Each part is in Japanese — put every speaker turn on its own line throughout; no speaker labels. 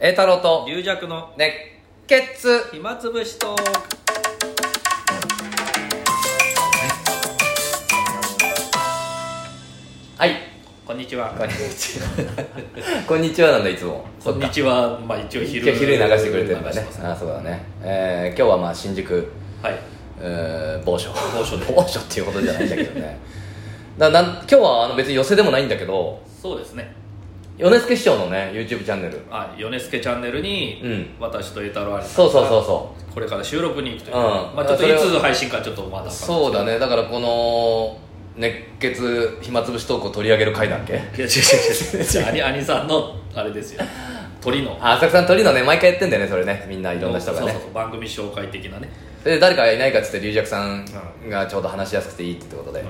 栄太郎と
龍弱の
熱血
暇つぶしと
はい
こんにちは
こんにちはこんにちはなんだいつも
こんにちはまあ一応
今日
昼
昼に流してくれてるんだ
流し
ね
ます
ああそうだね、えー今日はまあ新宿
はい、
えー某所
某所で
某所っていうことじゃないんだけどね だなん今日はあの別に寄せでもないんだけど
そうですね
米助師匠のね YouTube チャンネル
あ米助チャンネルに、
うん
私と栄太郎あり
そうそうそうそう
これから収録に行くという、
うん
まあちょっと
そ
い
れを
つ配信かちょっとまだ
そうだねだからこの熱血暇つぶしトークを取り上げる回だっけ
いや違う違う違うじゃあ兄兄さんのあれですよ鳥の
あ浅草の鳥のね毎回やってんだよねそれねみんないろんな人が
そう
ね
そうそう番組紹介的なね、
で誰かいないかっつって龍尺さんがちょうど話しやすくていいってことで、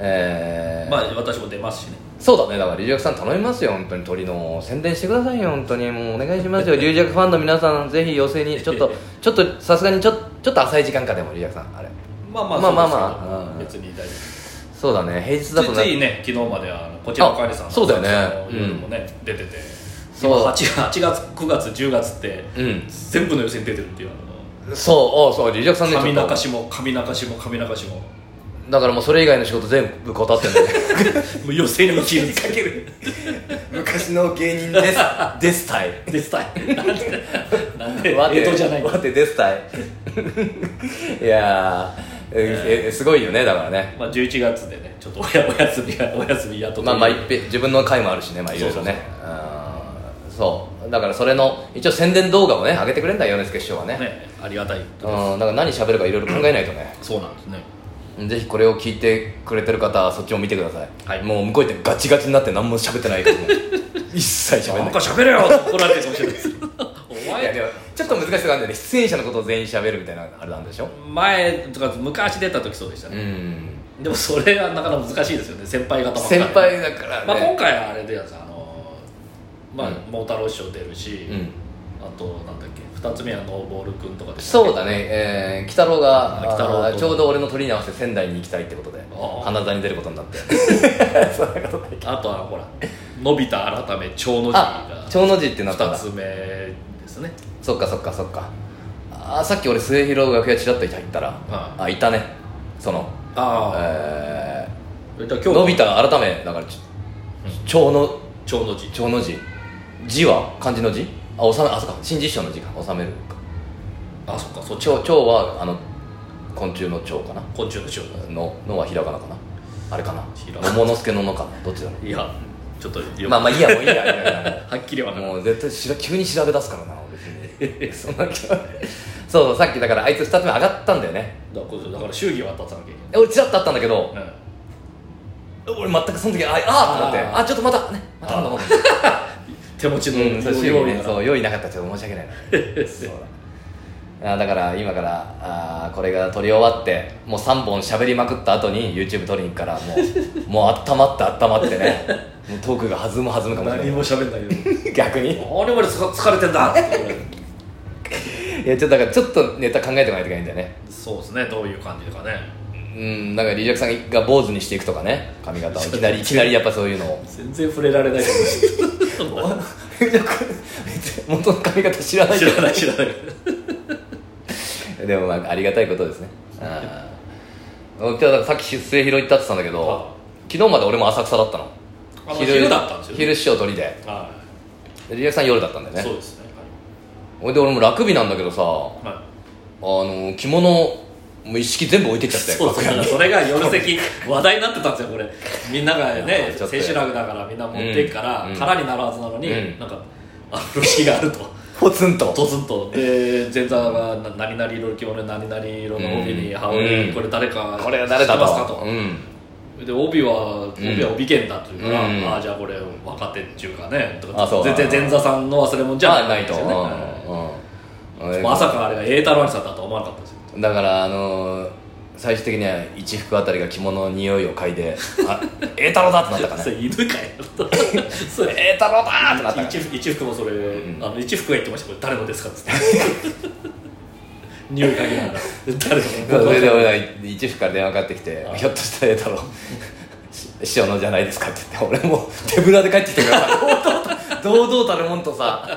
えー
まあ私も出ますしね
そうだねだから龍尺さん頼みますよ本当に鳥の宣伝してくださいよ本当にもうお願いし ますよ龍尺ファンの皆さんぜひ寄せにちょっとちょっとさすがにちょちょっと浅い時間かでも龍尺さんあれ
まあまあ
まあまあまあ
そうですけど別に大丈夫
そうだね平日だと
ついつ いね昨日まであのこちらのおかえりさんの
あそうだよね
その夜もね、出てて
そう
今 8, 8月9月10月って、
うん
全部の予選出てるっていう
そうあそう龍尺さ
あ
ん
の
ねちょっと
上中市も上中市も上中市もも
だからもうそれ以外の仕事全部断ってんだよね
う予選に切りかける
昔の芸人 ですですたい
でスタイルなんでなん で
わて
江戸じゃない
わてです たいいやーええすごいよねだからね
まあ、11月でねちょっとおやお休みやお休みやっと
まあまあ一遍自分の回もあるしねまあいろいろねうんそうだからそれの一応宣伝動画をね上げてくれんだよ米助師匠はね
ねありがたい
うんだから何喋るかいろいろ考えないとね
そうなんですね
ぜひこれを聞いてくれてる方はそっちも見てください、
はい
もう向こう行ってガチガチになって何も喋ってないから もう一切喋ん
な
なんい
か喋れよって怒られてるかもしれないですお
いや
前
でもちょっと難しいとこあるんだよね出演者のことを全員喋るみたいなあれなんでしょ
前とか昔出た時そうでしたね、
うん
でもそれはなかなか難しいですよね先輩方ばっかり
先輩だからね、
まあ、今回はあれでやつあのーまあ
うん
桃太郎師匠出るし、
うん
あとなんだっけ2つ目はノーボール君とかで
そうだね、えー、北郎が
あ鬼太郎と
あーちょうど俺の鳥に合わせて仙台に行きたいってことで
あー
花座に出ることにな って
あとはほらのび太改め長の字
あ
が
長の字ってなったん
2
だ
つ目ですね
そっかそっかそっかあーさっき俺末広楽屋ちらっと入ったら、
は
あいたねその
ああ、
え
えっと
ー、
今
の
日
び
の
太改めだからち長の
長の字
長の字字は漢字の字あおさめあそっか新実証の字か収めるか
あそっかそっち
蝶蝶はあの昆虫の蝶かな
昆虫の長
ののはひらがなかなあれかな
ひらがな
桃之助ののかなどっちだろ
いやちょっと
う
よ
まあまあいいやもういいやいいやいい や
はっきりわかる
もう絶対しら急に調べ出すからな俺別にそんな気はそうそうさっきだからあいつ2つ目上がったんだよね
だからだから祝儀は渡さなきゃいけ
え俺ちらっとあったんだけど
ない、うん、
俺全くその時ああーってなって
あー
あちょっとまたねまたまたまた
手持ち
う
の
ん、そう
料理
ね、
が
そう用意なかったらちょっと申し訳ないなそうだあだから今からあーこれが撮り終わってもう3本喋りまくった後に YouTube 撮りに行くからもう もう温まって温まってねもうトークが弾む弾むかもしれ
何
な
も喋んないけど
い逆にい
何俺疲れてんだって
やちょっとだからちょっとネタ考えてもらいといけないんだよね
そうですねどういう感じかね
うんだからリリアクさんが坊主にしていくとかね髪型をいき なりいきなりやっぱそういうのを
全然触れられないけど
元の髪型知らない
知
け ど
らない知らない
でもまあありがたいことですねああじゃあさっき出世拾いって言ってたんだけど
は
昨日まで俺も浅草だったの
あ昼だったんですよね
昼師匠取りで
は
でリリアクさん夜だったんだよ
いそう
ね
ですね
ほいで俺も楽日なんだけどさあ
はい、は
の着物もう一式全部置いてっちゃ
い、
って
そうだからそれが夜席話題になってたんですよこれみんながね
ちょっと
選手楽だからみんな持っていくから、
うんうん
空になるはずなのに、
うん
なんかあの式があ ると
ポツンと
ドツンとで前座がな何々色の着物に何々色の帯に
うん
羽織
う
に
ん
これ誰か
これは誰だ
知ってますか
と
と
うん
で帯は帯は帯剣だっていうから、
うん
ああじゃあこれ若手っちゅうかねと
あ
か
そう
全然前座さんの忘れ物じ
じゃ
ゃ
あ
な
ないい
ん
と
ですよねはい
うんうん
まさかあれが栄太郎兄さんだとは思わなかったですよ
だからあのー最終的には一服あたりが着物の匂いを嗅いで「 あ栄太郎だ!」ってなったかね
それ犬かよ そ
「栄太郎だ!」ってなったか
一服一服もそれ、あの一服が言ってましたこれ誰のですかっつって匂い嗅ぎながら誰の
それ で俺が一夫から電話かかってきて
あ
「ひょっとしたらええだ ろうし師匠のじゃないですか」って言って俺も手ぶらで帰ってきてくださいど堂々たるもんとさ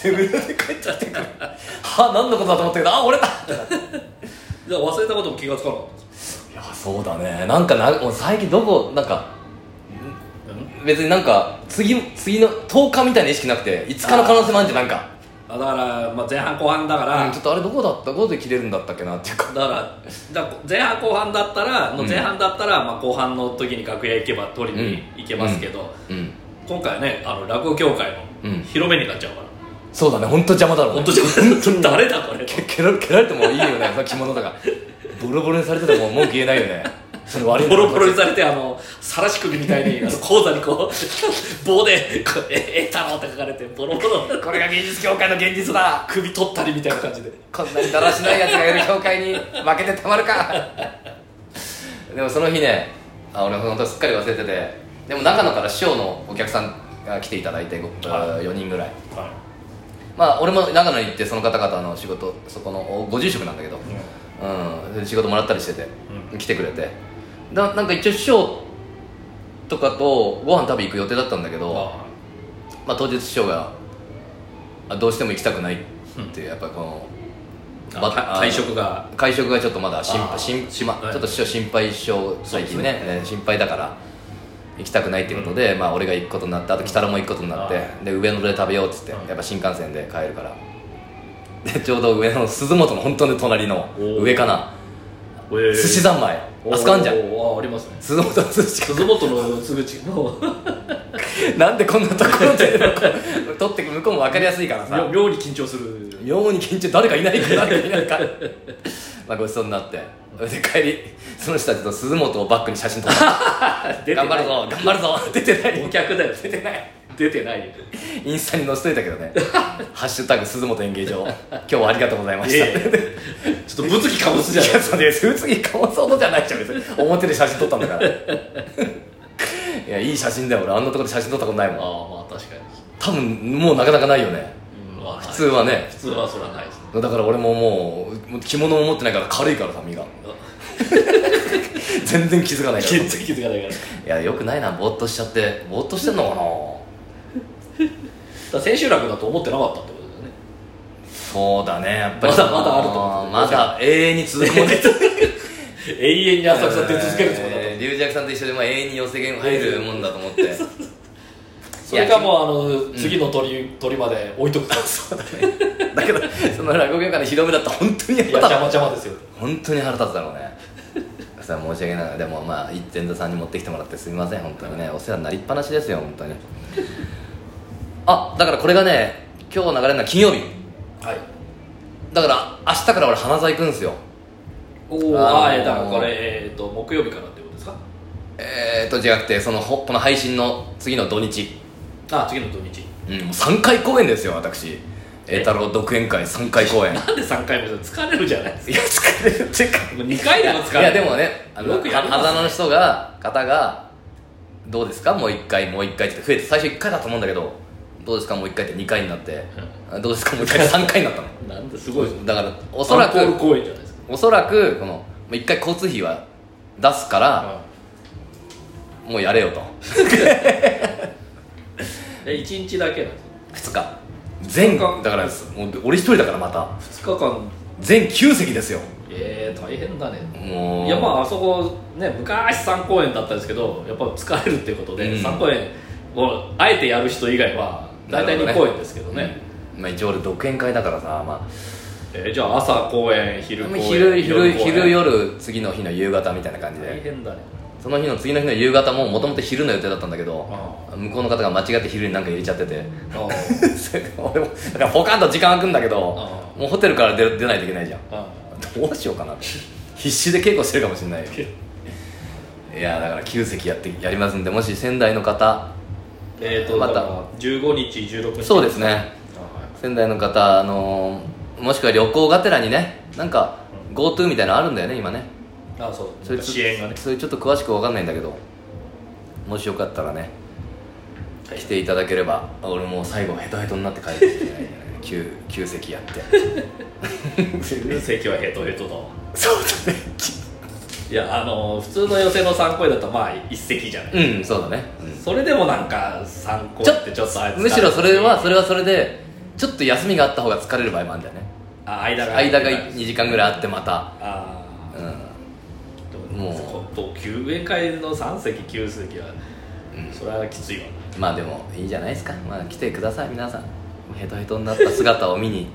手ぶらで帰ってきてくるはあ何のことだと思ったけどあ俺だってなって
じゃあ忘れたことも気がつかなかったんです
いやそうだねなんかなもう最近どこなんか別になんか次次の10日みたいな意識なくて5日の可能性もあるんじゃんなんか
あだから、まあ、前半後半だから、
うんちょっとあれどこだったどこで切れるんだったっけなっていうか
だからだから前半後半だったらの
うん
前半だったら、まあ、後半の時に楽屋行けば取りに行けますけど、
うん
今回はねあの落語協会
うん
の広めになっちゃうから、
そうだね本当邪魔だろうね
本当じゃ誰だこれ
け蹴ら蹴られてもいいよ ねその着物とかボロボロにされてても文句言えないよねそれ悪い
ボロボロに
さ
されてあのさらし首みたいにあの講座にこう棒でこう「ええ太郎」って書かれてボロボロ
これが芸術協会の現実だ
首取ったりみたいな感じで
こんなにだらしないやつがいる協会に負けてたまるかでもその日ねあ俺本当すっかり忘れててでも長野から師匠のお客さんが来ていただいて
は
4人ぐらい
は
まあ俺も長野に行ってその方々の仕事そこのおご住職なんだけど、
い、
うんそれで仕事もらったりしてて、
う
来てくれてだなんか一応師匠とかとご飯食べ行く予定だったんだけど、
あ
まあ、当日師匠があどうしても行きたくないっていうやっぱこの
あ
ば
た
あの
退職が
会食がちょっとまだ心
あ
配
ー
心しま
はい
ちょっと師匠心配性最近ねね心配だから行きたくないっていうことで、まあ、俺が行くことになってあと鬼太郎も行くことになって
あ
で上野で食べようっつって
うん
やっぱ新幹線で帰るからでちょうど上野の鈴本の本当に隣の
おー
上かな
寿
寿司三昧あそこあんじゃん
あありますね
鈴本の寿司
鈴本のすぐ近くの
なんでこんなところで取ってく向こうも分かりやすいからさ
妙妙に緊張する
妙に緊張誰かいないか誰かいない かまあごちそうになってそれで帰りその人たちと鈴本をバックに写真撮って 頑張るぞ頑張るぞ出てない
お客だよ出てない出てないよ
インスタに載せといたけ どね「ハッシュタグ鈴本演芸場今日はありがとうございました」
いやいやちょっと物議かもすじゃない
いやそれ普通に顔そうとじゃないじゃん別に表で写真撮ったんだから いやいい写真だよ俺あんなとこで写真撮ったことないもん
ああまあ確かに、
多分もうなかなかないよね
うんまあ、
普通はね
普通はそれはないですね
だから俺ももうもう着物も持ってないから軽いからさ身が全然気づかないから
全 然気づかないからだか
いやよくないなぼーっとしちゃってぼーっとしてんのから
千秋楽だと思ってなかったってことだ
なそうだ
よね
ねやっぱり
まだまだあると思うんですよ
まだ永遠に続く もの
永遠に浅草出続けるってことだと思う、
えー龍尺さんと一緒でまあ永遠に寄せ弦入るもんだと思って
それかもうあの次の鳥、鳥まで置いとくからそうだ ね
だけどその落語家の広めだったら本当に
い
や
や
った
邪魔邪魔ですよ
本当に腹立つだろうねさあ申し訳ないでもまあ一点座さんに持ってきてもらってすみません本当にねお世話になりっぱなしですよ本当にあだからこれがね今日流れるのは金曜日
はい
だから明日から俺花座行くんですよ
お
ー
おああえーだからこれえっ、と木曜日からってことですか
えー、っとじゃなくてそのほこの配信の次の土日、
ああ次の土日
うん、3回公演ですよ私栄太郎独演会3回公演い
なんで3回目で疲れるじゃないですか
や疲れるっていうか
2回でも疲
い
れ
や
る
で もねあの
よくやりますね
はざの人が方がどうですかもう1回もう1回って増えて最初1回だと思うんだけどどうですかもう1回って2回になってあどうですかもう1回って3回になったの
なんですごいですね
だからおそら
アンコール
く
公演じゃないですか
おそらくこの1回交通費は出すからもうやれよと
え1日だけなんで
2日全
そっ
だか
か
らもう俺一人だからまた
す2日間
全9席ですよ
えー、大変だね
もう
いやまああそこね昔3公演だったんですけどやっぱ疲れるっていうことで、
うん
3公演をあえてやる人以外は大体2公演ですけどね
うんまあ一応俺独演会だからさまあ
えーじゃあ朝公演昼公演
昼昼
公演
昼夜次の日の夕方みたいな感じで
大変だね
その日の次の日の夕方ももともと昼の予定だったんだけど
あ
向こうの方が間違って昼になんか入れちゃってて
あ
それで俺もだからポカンと時間空くんだけど
あ
もうホテルから出出ないといけないじゃん
ああ
どうしようかなって必死で稽古してるかもしれ ないよいやだから9席やってやりますんでもし仙台の方
えっ、ー、と
ま
ま
た
た15日16日
そうですね
あは
仙台の方あのーもしくは旅行がてらにねなんか GoTo みたいなのあるんだよね今ね
いあそう
それ
支援がね
それちょっと詳しく分かんないんだけどもしよかったらね来ていただければ俺もう最後ヘトヘトになって帰ってきて ない急急席やって
席はヘトヘトだわ
そうだね
いやあの普通の寄せの3声だとまあ一席じゃない、
うんそうだね、うん
それでもなんか3声
ちょ
ってちょっとあいつ
むしろそれはそれはそれでちょっと休みがあった方が疲れる場合もあるんだよね
あ間が
間が2時間ぐらいあってまた
ああ
う
も
も
う
う
救援会の3席9席は、それはきついわ
んまあでもいいんじゃないですかまあ来てください皆さんヘトヘトになった姿を見に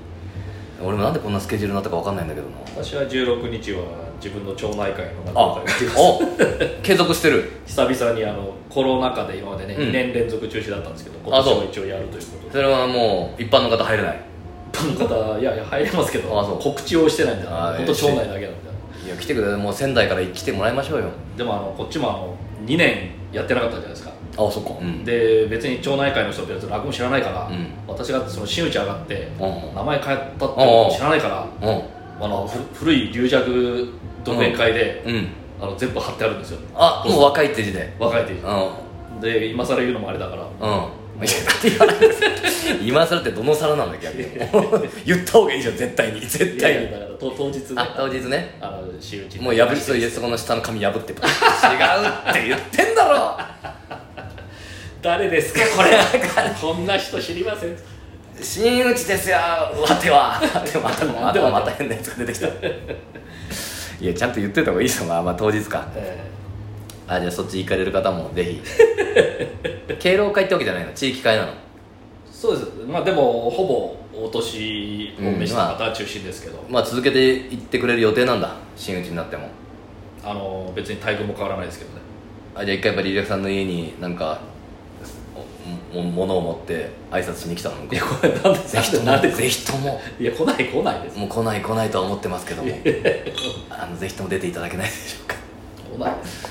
俺もなんでこんなスケジュールになったか分かんないんだけどな
私は16日は自分の町内会の
あ
中
お
で
継続してる
久々にあのコロナ禍で今までね、
うん
2年連続中止だったんですけど今
あ
年
そう
も一応やるということ で
それはもう一般の方入れない
一般の方いやいや入れますけど
あそう
告知をしてないんだよ
あ
本当町内だけなんだよ
いや来てくださいもう仙台から来てもらいましょうよ
でもあのこっちもあの2年やってなかったじゃないですか
あそっかうん
で別に町内会の人ってやつ落語知らないから、
うん
私がその真打ち上がって
うん
名前変えたってこと知らないから
うん
あのふ古い龍尺独演会で、
うん
あの全部貼ってあるんですよ
あもう若いって字で
若いっていう
うんうん
で今更言うのもあれだから
いやだって言わないです今更ってどの皿なんだっけ逆に 言った方がいいじゃん絶対に絶対に
だからと当日ね
あ当日ね
あの真打ち
もう破りそういえそこの下の紙破って違うって言ってんだろ
誰ですか これこんな人知りません
真打ちですよわてはでまたま
で
たまた変なやつが出てきたいやちゃんと言ってた方がいいですよまあまあ当日か
え
あじゃあそっち行かれる方もぜひ敬老会ってわけじゃないの地域会なの
ーそうですまあでもほぼお年を召した方中心ですけど、
まあ続けて行ってくれる予定なんだ真打ちになっても
あの別に待遇も変わらないですけどね
あじゃあ一回やっぱりリリアクさんの家になんかおも物を持って挨拶しに来たの
い
ぜ
やこれなんで
ひと
なんで
もぜひとも
いや来ない来ないです
もう来ない来ないとは思ってますけどもあのぜひとも出ていただけないでしょうか
来ないです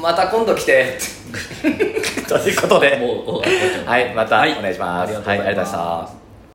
また今度来て ということで
もうもう
はいまたお願いしま
あ
す
りがとうございます
はいありがとうございました